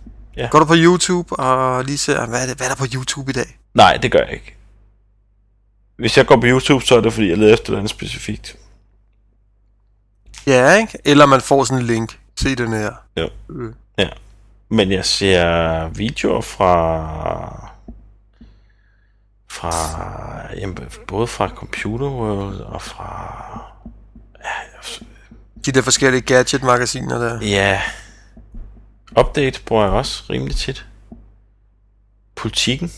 Speaker 2: Går du på YouTube og lige ser, hvad er, det, hvad er der på YouTube i dag?
Speaker 1: Nej, det gør jeg ikke. Hvis jeg går på YouTube, så er det fordi, jeg leder efter noget andet specifikt.
Speaker 2: Ja, ikke? Eller man får sådan en link. Se den her.
Speaker 1: Jo.
Speaker 2: Øh.
Speaker 1: Men jeg ser videoer fra... Fra... Jamen, både fra Computer World og fra...
Speaker 2: De der forskellige gadget-magasiner der.
Speaker 1: Ja. Update bruger jeg også rimelig tit. Politikken.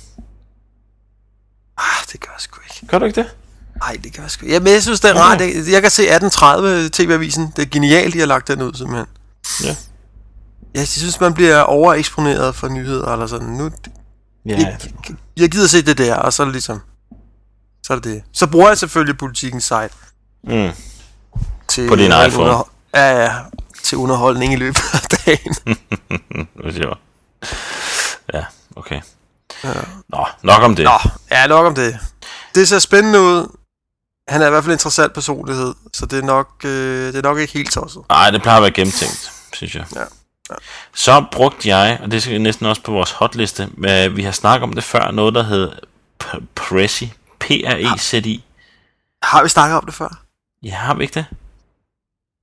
Speaker 2: Ah, det gør jeg sgu ikke.
Speaker 1: Gør du ikke det?
Speaker 2: Nej, det kan jeg sgu. Jamen, jeg synes, det er rart. Jeg, jeg kan se 1830 TV-avisen. Det er genialt, de har lagt den ud, simpelthen.
Speaker 1: Ja.
Speaker 2: Jeg synes, man bliver overeksponeret for nyheder eller sådan. Nu,
Speaker 1: Ja,
Speaker 2: jeg, jeg gider se det der, og så er det ligesom... Så er det det. Så bruger jeg selvfølgelig politikens site
Speaker 1: mm.
Speaker 2: til...
Speaker 1: På din
Speaker 2: al
Speaker 1: iPhone.
Speaker 2: underho- Ja, ja. Til underholdning i løbet af dagen.
Speaker 1: Det sjovt. Ja, okay.
Speaker 2: Ja.
Speaker 1: Nå, nok om det.
Speaker 2: Nå, ja, nok om det. Det ser spændende ud. Han er i hvert fald en interessant personlighed, så det er nok, øh, det er nok ikke helt tosset.
Speaker 1: Nej, det plejer at være gennemtænkt, synes jeg.
Speaker 2: Ja, ja.
Speaker 1: Så brugte jeg, og det skal næsten også på vores hotliste, øh, vi har snakket om det før, noget der hed P- Prezi. P-R-E-Z-I.
Speaker 2: Har vi snakket om det før?
Speaker 1: Ja, har vi ikke det?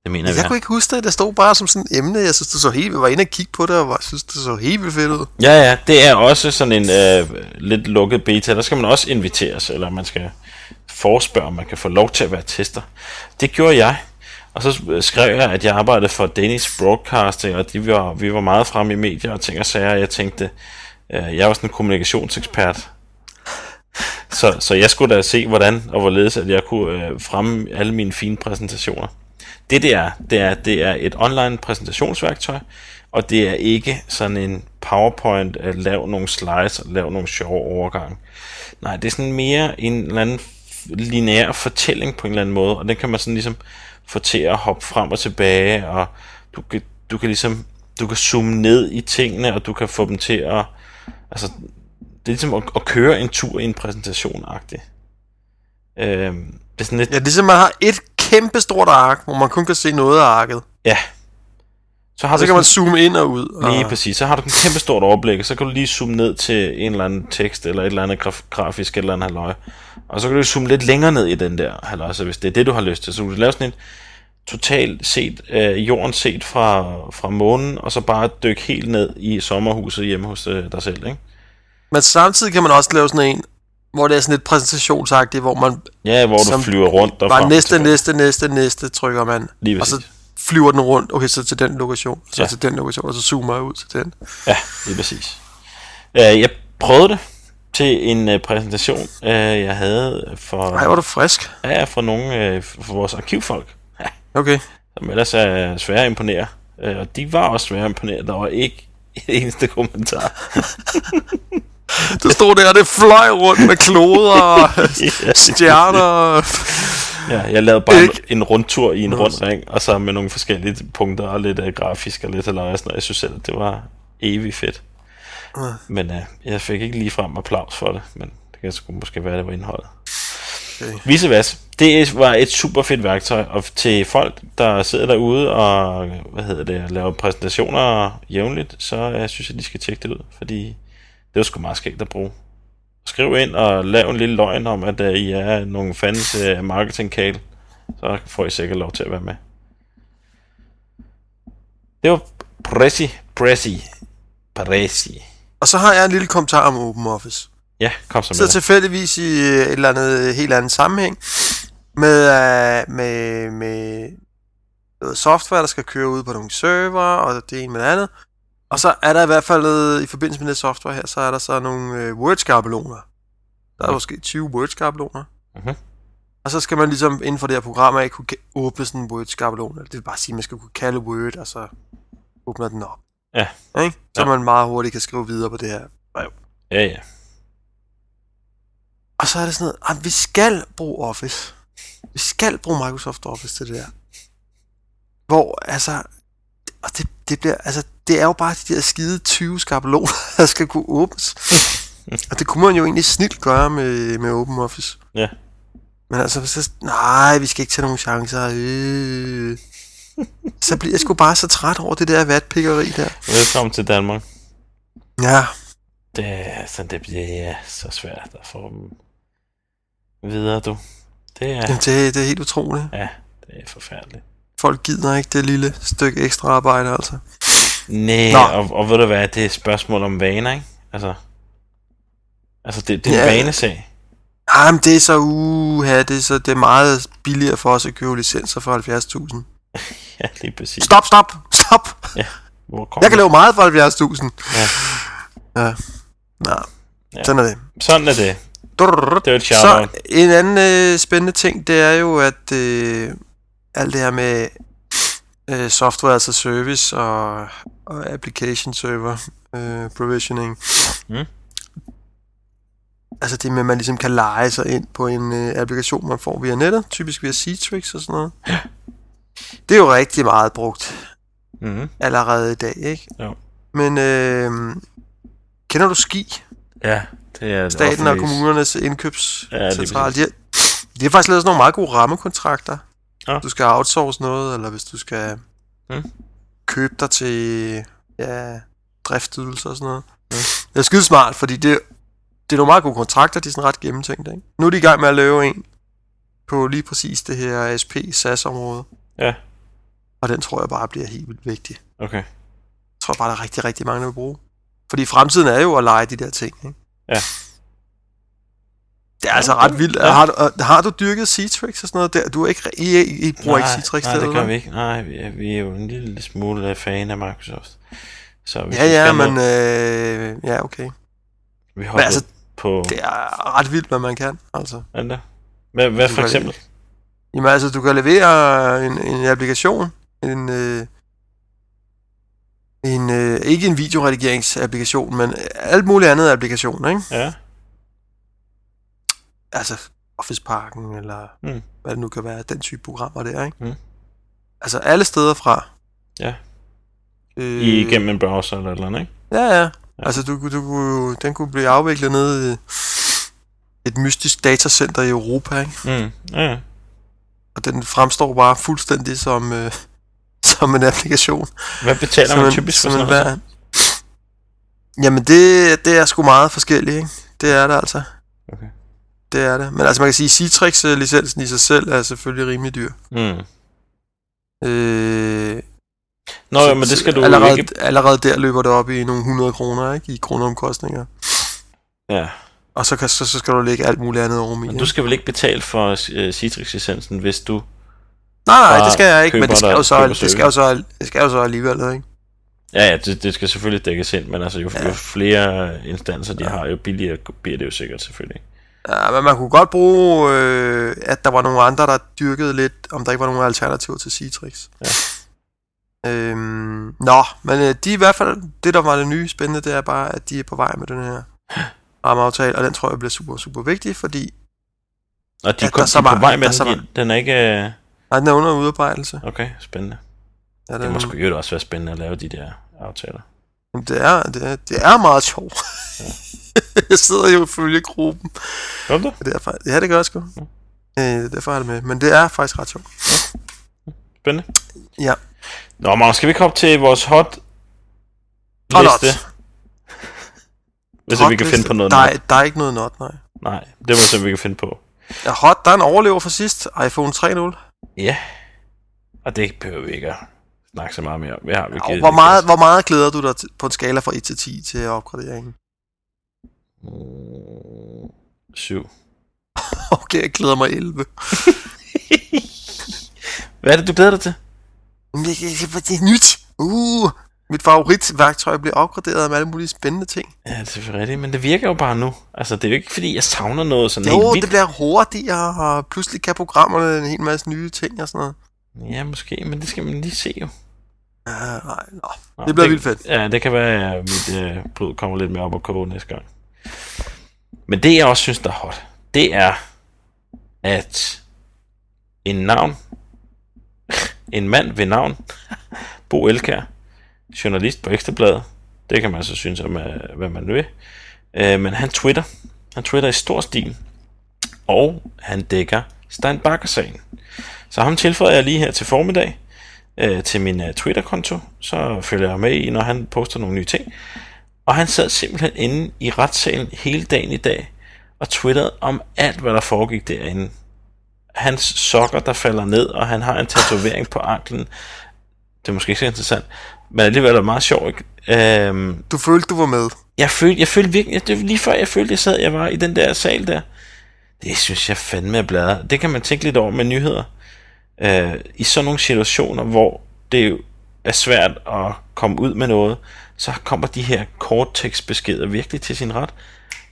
Speaker 1: Det mener vi.
Speaker 2: Altså, Jeg
Speaker 1: har.
Speaker 2: kunne ikke huske det. Det stod bare som sådan et emne. Jeg synes, det så helt... Jeg var inde og kigge på det, og var- synes, det så helt vildt fedt ud.
Speaker 1: Ja, ja, det er også sådan en øh, lidt lukket beta. Der skal man også inviteres, eller man skal forespørge, om man kan få lov til at være tester. Det gjorde jeg. Og så skrev jeg, at jeg arbejdede for Danish Broadcasting, og de var, vi var meget fremme i medier og ting og sager, og jeg tænkte, øh, jeg var sådan en kommunikationsekspert. Så, så jeg skulle da se, hvordan og hvorledes, at jeg kunne øh, fremme alle mine fine præsentationer. Det det er, det er, det er et online præsentationsværktøj, og det er ikke sådan en PowerPoint at lave nogle slides og lave nogle sjove overgange. Nej, det er sådan mere en eller anden lineær fortælling på en eller anden måde, og den kan man sådan ligesom få til at hoppe frem og tilbage, og du kan, du kan ligesom du kan zoome ned i tingene, og du kan få dem til at... Altså, det er ligesom at, at køre en tur i en præsentation-agtig. Øhm, det er sådan lidt...
Speaker 2: Ja, ligesom man har et kæmpe stort ark, hvor man kun kan se noget af arket.
Speaker 1: Ja. Så har
Speaker 2: Og så
Speaker 1: du
Speaker 2: kan man
Speaker 1: sådan,
Speaker 2: zoome ind og ud. Og...
Speaker 1: lige præcis, så har du et kæmpe stort overblik, og så kan du lige zoome ned til en eller anden tekst, eller et eller andet graf- grafisk, et eller andet halløj. Og så kan du zoome lidt længere ned i den der halløj, så hvis det er det, du har lyst til. Så kan du lave sådan en totalt set, øh, jorden set fra, fra månen, og så bare dykke helt ned i sommerhuset hjemme hos øh, dig selv, ikke?
Speaker 2: Men samtidig kan man også lave sådan en, hvor det er sådan lidt præsentationsagtigt, hvor man
Speaker 1: Ja, hvor
Speaker 2: Som
Speaker 1: du flyver rundt derfra.
Speaker 2: bare næste, næste, næste, næste trykker man.
Speaker 1: Lige
Speaker 2: og så
Speaker 1: præcis.
Speaker 2: flyver den rundt, okay, så til den lokation, så
Speaker 1: Ja.
Speaker 2: ja. til den lokation, og så zoomer jeg ud til den.
Speaker 1: Ja, lige præcis. Øh, jeg prøvede det til en øh, præsentation, øh, jeg havde for...
Speaker 2: Ej, hvor er du frisk.
Speaker 1: Ja, fra nogle øh, fra vores arkivfolk,
Speaker 2: Okay.
Speaker 1: som ellers er svære at imponere. Øh, og de var også svære at imponere. Der var ikke et eneste kommentar.
Speaker 2: Det stod der, og det fløj rundt med kloder og stjerner. og-
Speaker 1: ja, jeg lavede bare
Speaker 2: Ikke.
Speaker 1: en, en rundtur i en
Speaker 2: Nå,
Speaker 1: rund
Speaker 2: så-
Speaker 1: ring, og så med nogle forskellige punkter, og lidt øh, grafisk og lidt halvøj og sådan noget. Jeg synes selv, at det var evig fedt. Men øh, jeg fik ikke lige frem applaus for det, men det kan sgu måske være, det var indholdet.
Speaker 2: Okay.
Speaker 1: Vice versa. Det var et super fedt værktøj, og til folk, der sidder derude og hvad hedder det, laver præsentationer jævnligt, så jeg synes jeg, de skal tjekke det ud, fordi det var sgu meget skægt at bruge. Skriv ind og lav en lille løgn om, at øh, I er nogle fans uh, marketingkale, så får I sikkert lov til at være med. Det var Prezi, Prezi, Prezi.
Speaker 2: Og så har jeg en lille kommentar om Open Office.
Speaker 1: Ja, kom så med.
Speaker 2: sidder tilfældigvis i øh, et eller andet øh, helt andet sammenhæng med, øh, med, med noget software, der skal køre ud på nogle server, og det ene med det andet. Og så er der i hvert fald, øh, i forbindelse med det software her, så er der så nogle øh, Word-skabeloner. Der er måske 20 Word-skabeloner.
Speaker 1: Mhm.
Speaker 2: Og så skal man ligesom inden for det her program af kunne ka- åbne sådan en Word-skabelon. Eller Det vil bare sige, at man skal kunne kalde Word, og så åbner den op.
Speaker 1: Ja.
Speaker 2: Ikke? Så
Speaker 1: Ja.
Speaker 2: man meget hurtigt kan skrive videre på det her
Speaker 1: Ja, ja.
Speaker 2: Og så er det sådan noget, at vi skal bruge Office. Vi skal bruge Microsoft Office til det der. Hvor, altså, og det, det bliver, altså, det er jo bare de der skide 20 skabeloner, der skal kunne åbnes. og det kunne man jo egentlig snilt gøre med, med Open Office.
Speaker 1: Ja.
Speaker 2: Men altså, så, nej, vi skal ikke tage nogen chancer. Øh. Så bliver jeg sgu bare så træt over det der vatpikkeri der.
Speaker 1: Velkommen til Danmark.
Speaker 2: Ja,
Speaker 1: Det, er- altså, det bliver ja, så svært at få dem videre, du. Det er,
Speaker 2: jamen, det, det er helt utroligt.
Speaker 1: ja, det er forfærdeligt.
Speaker 2: Folk gider ikke det lille stykke ekstra arbejde, altså. Nå.
Speaker 1: Nej, og, og ved du hvad, det er et spørgsmål om vaner, ikke? Altså, altså det, det er en
Speaker 2: Ja.
Speaker 1: vanesag.
Speaker 2: Ej, Ah, men det er så uha, det er, så, det er meget billigere for os at købe licenser for 70.000.
Speaker 1: Ja, lige præcis.
Speaker 2: Stop, stop, stop!
Speaker 1: Hvor kommer
Speaker 2: Jeg kan
Speaker 1: det?
Speaker 2: lave meget for 70.000.
Speaker 1: Ja.
Speaker 2: Ja. Nå,
Speaker 1: Ja.
Speaker 2: sådan er det.
Speaker 1: Sådan er det.
Speaker 2: Drrrr.
Speaker 1: Det er et
Speaker 2: Så
Speaker 1: shout-out.
Speaker 2: en anden øh, spændende ting, det er jo, at øh, alt det her med øh, software, altså service og, og application server øh, provisioning.
Speaker 1: Mm.
Speaker 2: Altså det med, at man ligesom kan lege sig ind på en øh, applikation, man får via nettet, typisk via Citrix og sådan noget. Det er jo rigtig meget brugt
Speaker 1: Mm-hmm.
Speaker 2: allerede i dag, ikke?
Speaker 1: Jo.
Speaker 2: Men øh, kender du Ski?
Speaker 1: Ja, det er et
Speaker 2: staten og
Speaker 1: offentligt-
Speaker 2: kommunernes
Speaker 1: Ja, lige
Speaker 2: indkøbscentral. Ja, de, har- de har faktisk lavet sådan nogle meget gode rammekontrakter.
Speaker 1: Ja.
Speaker 2: Ja. Du skal outsource noget, eller hvis du skal
Speaker 1: Mm.
Speaker 2: mm. købe dig til ja, driftydelser og sådan noget.
Speaker 1: Mm.
Speaker 2: Mm. Det er skide smart, fordi det, det er nogle meget gode kontrakter, de er sådan ret gennemtænkte. Ikke? Nu er de i gang med at lave en på lige præcis det her SP-SAS-område.
Speaker 1: Ja.
Speaker 2: Og den tror jeg bare bliver helt vildt vigtig.
Speaker 1: Okay.
Speaker 2: Jeg tror bare, der er rigtig, rigtig mange, der vil bruge. Fordi fremtiden er jo at lege de der ting, ikke?
Speaker 1: Ja.
Speaker 2: Det er altså ret vildt.
Speaker 1: Ja.
Speaker 2: Har, du, øh, har du dyrket Citrix og sådan noget der? Du er ikke, I, I, I bruger ikke Citrix
Speaker 1: nej, det
Speaker 2: derude,
Speaker 1: gør
Speaker 2: vel?
Speaker 1: vi ikke. Nej, vi er, vi er jo en lille smule øh, fan af Microsoft. Så hvis
Speaker 2: Ja,
Speaker 1: vi
Speaker 2: ja,
Speaker 1: skal noget,
Speaker 2: men øh, ja, okay.
Speaker 1: vi hopper
Speaker 2: altså,
Speaker 1: altså, på...
Speaker 2: Det er ret vildt, hvad man kan, altså.
Speaker 1: Hvad, der? hvad, hvad
Speaker 2: Du
Speaker 1: for
Speaker 2: kan-
Speaker 1: eksempel?
Speaker 2: Jamen altså, du kan levere en, en applikation, en, øh, En, øh, ikke en videoredigeringsapplikation, men alt muligt andet applikationer, ikke?
Speaker 1: Ja.
Speaker 2: Altså Office Parken, eller
Speaker 1: Mm.
Speaker 2: mm. hvad det nu kan være, den type programmer der, ikke?
Speaker 1: Mm.
Speaker 2: Altså alle steder fra.
Speaker 1: Ja.
Speaker 2: Øh,
Speaker 1: I igennem en browser eller et eller andet, ikke?
Speaker 2: Ja, ja. Altså, du, kunne- du, kunne- den kunne blive afviklet nede i et mystisk datacenter i Europa, ikke?
Speaker 1: Mm. Ja, ja.
Speaker 2: Og den fremstår bare fuldstændig som, øh, som en applikation.
Speaker 1: Hvad betaler
Speaker 2: som
Speaker 1: man
Speaker 2: en-
Speaker 1: typisk for
Speaker 2: som
Speaker 1: sådan
Speaker 2: en
Speaker 1: noget?
Speaker 2: hver- Jamen, det, det er sgu meget forskelligt, ikke? Det er det altså.
Speaker 1: Okay.
Speaker 2: Det er det. Men altså, man kan sige, Citrix-licensen i sig selv er selvfølgelig rimelig dyr.
Speaker 1: Mm.
Speaker 2: Øh,
Speaker 1: Nå,
Speaker 2: så-
Speaker 1: jo, men det skal du
Speaker 2: allerede,
Speaker 1: ikke...
Speaker 2: Allerede der løber det op i nogle 100 kroner, ikke? I kroneomkostninger.
Speaker 1: Ja.
Speaker 2: Og så, kan, så, så skal du lægge alt muligt andet oveni.
Speaker 1: Men
Speaker 2: ikke?
Speaker 1: du skal vel ikke betale for øh, Citrix-licensen, hvis du...
Speaker 2: Nej, nej,
Speaker 1: Bare
Speaker 2: det skal jeg ikke, men
Speaker 1: køber
Speaker 2: det skal,
Speaker 1: der-
Speaker 2: jo så,
Speaker 1: køber
Speaker 2: det, skal jo så, det skal jo så alligevel, ikke?
Speaker 1: Ja, ja, det, det skal selvfølgelig dækkes ind, men altså, jo, ja.
Speaker 2: Ja.
Speaker 1: jo flere instanser de ja.
Speaker 2: Ja.
Speaker 1: har, jo billigere bliver det jo sikkert selvfølgelig.
Speaker 2: Ja, men man kunne godt bruge, øh, at der var nogle andre, der dyrkede lidt, om der ikke var nogen alternativer til Citrix.
Speaker 1: Ja.
Speaker 2: Øhm, nå, men øh, de er i hvert fald, det der var det nye spændende, det er bare, at de er på vej med den her rammeaftale, og den tror jeg bliver super, super vigtig, fordi
Speaker 1: Og de,
Speaker 2: Ja,
Speaker 1: ja,
Speaker 2: der
Speaker 1: kom,
Speaker 2: er så
Speaker 1: de er på
Speaker 2: mange-
Speaker 1: vej med
Speaker 2: der er så
Speaker 1: den, de, den er ikke... øh,
Speaker 2: nej, den er under udarbejdelse.
Speaker 1: Okay, spændende.
Speaker 2: Ja,
Speaker 1: Det
Speaker 2: den,
Speaker 1: må sgu jo også være spændende at lave de der aftaler.
Speaker 2: Jamen, det, er, det, er, det er meget sjovt. jeg sidder jo i følgegruppen,
Speaker 1: Gør du det?
Speaker 2: Og Det er faktisk, ja, det gør jeg sgu.
Speaker 1: Nå.
Speaker 2: Øh, derfor er det med. Men det er faktisk ret sjovt.
Speaker 1: Spændende.
Speaker 2: Ja.
Speaker 1: Nå, Mark, skal vi komme til vores hot
Speaker 2: Og
Speaker 1: liste?
Speaker 2: not.
Speaker 1: Hvis ikke vi kan
Speaker 2: Hotliste.
Speaker 1: finde på noget
Speaker 2: der
Speaker 1: nej.
Speaker 2: er, der er ikke noget not, nej.
Speaker 1: nej, det må vi se, om vi kan finde på.
Speaker 2: Ja, hot, der er en overlever fra sidst. iPhone 3.0.
Speaker 1: Ja. Og det behøver vi ikke at snakke så meget mere om. Vi har vi
Speaker 2: Og Hvor meget, hvor meget glæder du dig til- på en skala fra 1 til 10 til opgraderingen?
Speaker 1: Mm, 7.
Speaker 2: Okay, jeg glæder mig 11.
Speaker 1: Hvad er det, du glæder dig til?
Speaker 2: Men jeg- jeg- jeg- Det er nyt. Uh, mit favoritværktøj bliver opgraderet med alle mulige spændende ting.
Speaker 1: Ja, det er selvfølgelig rigtigt, men det virker jo bare nu. Altså, det er jo ikke, fordi jeg savner noget sådan
Speaker 2: Jo,
Speaker 1: helt
Speaker 2: det
Speaker 1: vildt.
Speaker 2: bliver hurtigere, og pludselig kan programmerne en hel masse nye ting og sådan noget.
Speaker 1: Ja, måske, men det skal man lige se jo.
Speaker 2: Ja, nej, nå.
Speaker 1: Nå,
Speaker 2: Det bliver vildt fedt.
Speaker 1: Ja, det kan være, at mit øh, blod kommer lidt mere op og koge næste gang. Men det, jeg også synes, der er hot, det er, at en navn, en mand ved navn, Bo Elkær, journalist på Ekstrabladet, det kan man så synes om, øh, hvad man vil, øh, men han twitter, han twitter i stor stil, og han dækker Stein Bakker-sagen. Så ham tilføjer jeg lige her til formiddag, øh, til min øh, Twitter-konto, så følger jeg med i, når han poster nogle nye ting. Og han sad simpelthen inde i retssalen hele dagen i dag, og twitterede om alt, hvad der foregik derinde. Hans sokker, der falder ned, og han har en tatovering på anklen. Det er måske ikke så interessant, men alligevel er det meget sjovt. ikke? Øhm,
Speaker 2: Du følte, du var med.
Speaker 1: jeg følte, jeg følte virkelig, jeg, det var lige før jeg følte, jeg sad, jeg var i den der sal der. Det synes jeg fandme er bladret. Det kan man tænke lidt over med nyheder. Øh, I sådan nogle situationer, hvor det jo er svært at komme ud med noget, så kommer de her korttekstbeskeder virkelig til sin ret.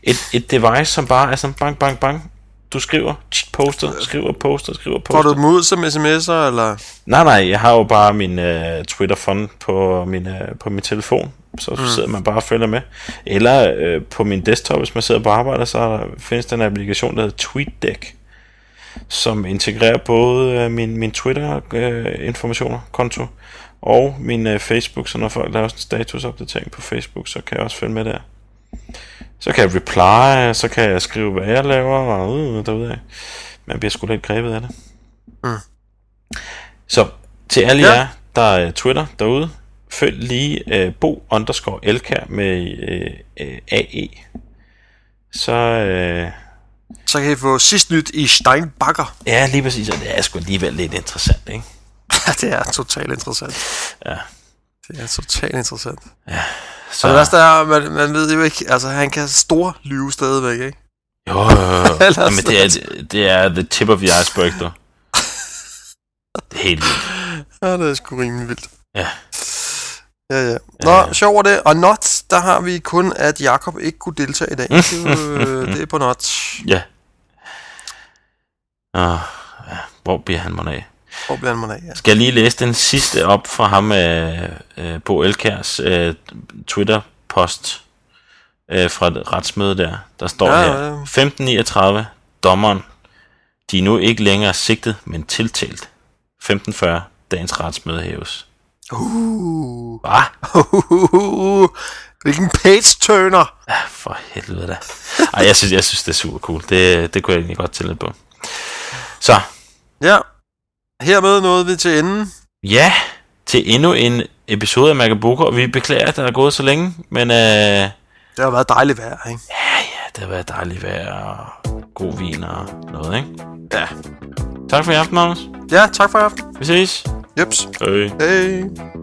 Speaker 1: Et, et device, som bare er sådan bang, bang, bang. Du skriver, tsk, poster, skriver, poster, skriver, poster.
Speaker 2: Får du dem ud som sms'er, eller...
Speaker 1: Nej, nej, jeg har jo bare min øh, Twitter fund på min, øh, på min telefon, så mm. sidder man bare og følger med. Eller øh, på min desktop, hvis man sidder på arbejde, så er der- findes der en applikation, der hedder TweetDeck, som integrerer både øh, min, min Twitter-informationer, øh, konto, og min øh, Facebook, så når folk laver sådan en statusopdatering på Facebook, så kan jeg også følge med der. Så kan jeg reply, så kan jeg skrive, hvad jeg laver, og øh, derudad. Man bliver sgu lidt grebet af det. Så til alle ja.
Speaker 2: Ja.
Speaker 1: jer, der er Twitter derude, følg lige øh, bo underscore elkær med øh, øh, AE. Så øh,
Speaker 2: Så kan I få sidst nyt i Steinbacher.
Speaker 1: ja, lige præcis, og det er sgu alligevel lidt interessant, ikke?
Speaker 2: Ja, det er totalt interessant.
Speaker 1: Ja.
Speaker 2: Det er totalt interessant.
Speaker 1: Så,
Speaker 2: Så det værste er, man, man ved jo ikke, altså han kan stor lyve stadigvæk, ikke? Altså,
Speaker 1: jo, jo, jo.
Speaker 2: Ellers-
Speaker 1: Jamen, det, er, det er the tip of the iceberg, du. Det er helt vildt.
Speaker 2: Ja, det er sgu rimelig vildt.
Speaker 1: Ja.
Speaker 2: Ja, ja.
Speaker 1: Ja, ja.
Speaker 2: Nå, sjov var det. Og not, der har vi kun, at Jakob ikke kunne deltage i dag. Det er, jo, øh, det er på not.
Speaker 1: Ja. Og, ja. Hvor bliver han mig af?
Speaker 2: Hvor bliver han mon af? Ja.
Speaker 1: Skal jeg lige læse den sidste op fra ham, øh, øh, Bo Elkærs øh, Twitter-post øh, fra et retsmøde der. Der står
Speaker 2: Ja,
Speaker 1: ja,
Speaker 2: ja.
Speaker 1: her, 1539, dommeren. De er nu ikke længere sigtet, men tiltalt. 1540, dagens retsmøde hæves.
Speaker 2: Uh,
Speaker 1: Hvad?
Speaker 2: hvilken page turner.
Speaker 1: Ah, for helvede da. Ej, jeg synes, jeg synes det er super cool. Det, det kunne jeg egentlig godt tælle lidt på. Så,
Speaker 2: Ja. Hermed nåede vi til enden.
Speaker 1: ja, til endnu en episode af Magabuko. Vi beklager, at der er gået så længe, men øh,
Speaker 2: Det har været dejligt vejr, ikke?
Speaker 1: Ja, det har været dejligt vejr og god vin og noget, ikke?
Speaker 2: Ja.
Speaker 1: Tak for i aften, Magnus.
Speaker 2: Ja, tak for i aften.
Speaker 1: Vi ses.
Speaker 2: Jeps.
Speaker 1: Hej.
Speaker 2: Hej.